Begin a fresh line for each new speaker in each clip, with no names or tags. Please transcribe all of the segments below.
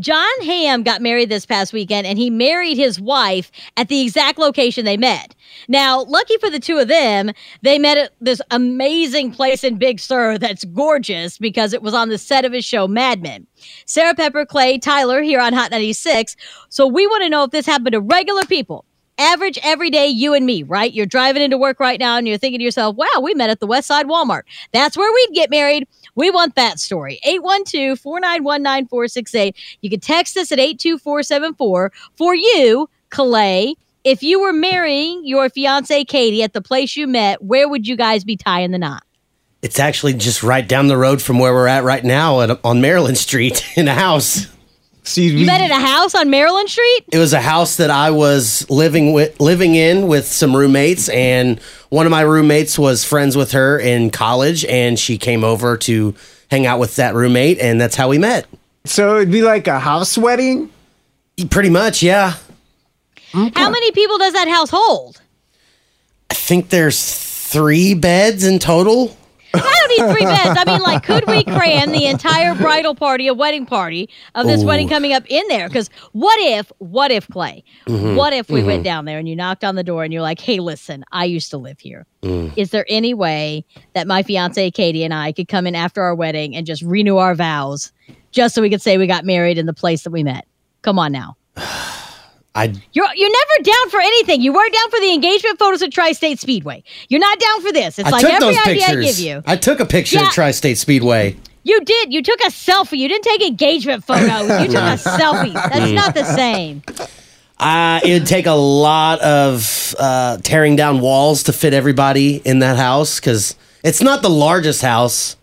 John Hamm got married this past weekend and he married his wife at the exact location they met. Now, lucky for the two of them, they met at this amazing place in Big Sur that's gorgeous because it was on the set of his show Mad Men. Sarah Pepper, Clay, Tyler here on Hot 96. So we want to know if this happened to regular people average everyday you and me, right? You're driving into work right now and you're thinking to yourself, wow, we met at the West Side Walmart. That's where we'd get married. We want that story. 812 491 9468. You can text us at 82474 for you, Clay. If you were marrying your fiance Katie at the place you met, where would you guys be tying the knot?
It's actually just right down the road from where we're at right now at, on Maryland Street in a house.
See,
You met at a house on Maryland Street?
It was a house that I was living with, living in with some roommates, and one of my roommates was friends with her in college, and she came over to hang out with that roommate, and that's how we met.
so it'd be like a house wedding.
Pretty much, yeah.
How many people does that house hold?
I think there's three beds in total.
I don't need three beds. I mean, like, could we cram the entire bridal party, a wedding party of this
Ooh.
wedding coming up in there? Because what if, what if, Clay,
Mm-hmm.
what if we went down there and you knocked on the door and you're like, hey, listen, I used to live here. Is
Mm.
there any way that my fiance, Katie, and I could come in after our wedding and just renew our vows just so we could say we got married in the place that we met? Come on now.
I
You're you're never down for anything. You weren't down for the engagement photos at Tri-State Speedway. You're not down for this. It's
I
like
took
every
those
idea
pictures.
I give you.
I took a picture
Yeah.
of Tri-State Speedway.
You did. You took a selfie. You didn't take engagement photos. You took a selfie. That's not the same.
Uh, it would take a lot of uh, tearing down walls to fit everybody in that house because it's not the largest house.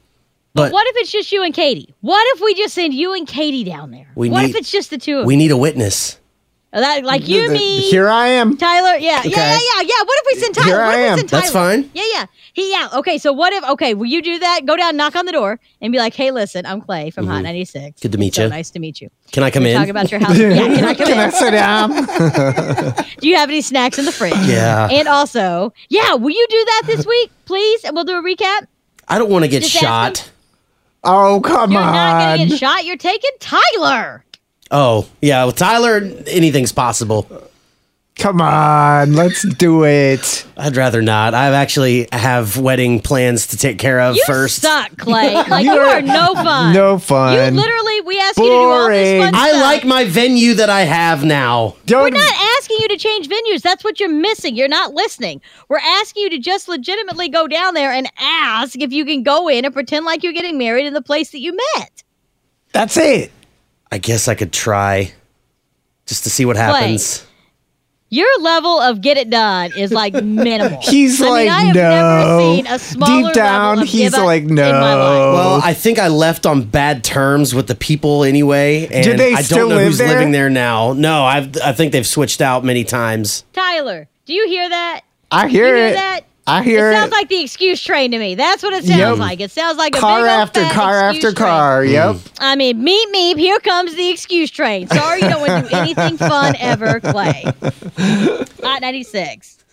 But
What if it's just you and Katie? What if we just send you and Katie down there?
We
what if
need-
it's just the two of
we
you?
need a witness.
That, like you, me,
Here I am.
Tyler. Yeah, yeah, yeah, yeah, yeah. What if we send Tyler?
Here
what
I
if we
am.
send Tyler?
That's fine.
Yeah, yeah. He yeah. Okay, so what if? Okay, will you do that? Go down, knock on the door, and be like, "Hey, listen, I'm Clay from Hot 96.
Mm-hmm. Good to meet
so
you.
Nice to meet you.
Can I come in?
Talk about your house. yeah, can I come in?
Can I sit down?
Do you have any snacks in the fridge?
Yeah.
And also, yeah, will you do that this week, please? And we'll do a recap.
I don't want to get
Just ask
shot.
him.
Oh come
You're not
on!
gonna get shot. You're taking Tyler.
Oh yeah, with Tyler, anything's possible.
Come on, let's do it.
I'd rather not. I actually have wedding plans to take care of
You
first.
suck, Clay. Like you
You're
are no fun.
no fun.
You literally, we asked you to do all this fun
Boring.
I
stuff.
like my venue that I have now.
Don't
We're not asking you to change venues. That's what you're missing. You're not listening. We're asking you to just legitimately go down there and ask if you can go in and pretend like you're getting married in the place that you met.
That's it.
I guess I could try, just to see what happens.
Your level of get it done is like minimal.
He's
I mean,
like,
I have
no.
never seen a smaller
Deep down,
level of
he's
give up
like,
in my life.
no.
Well, I think I left on bad terms with the people anyway, and
Do they
I
still
don't know
live
who's
there?
living there now. No, I've, I think they've switched out many times.
Tyler, do you hear that?
I
You
hear
hear
it.
that?
I hear
it
it.
sounds like the excuse train to me. That's what it sounds
Yep.
like. It sounds like a
car
big old
after
fat
car after
excuse
car. Yep.
Train. I mean, meep meep. Here comes the excuse train. Sorry, you don't want to do anything fun ever, Clay. Hot ninety six.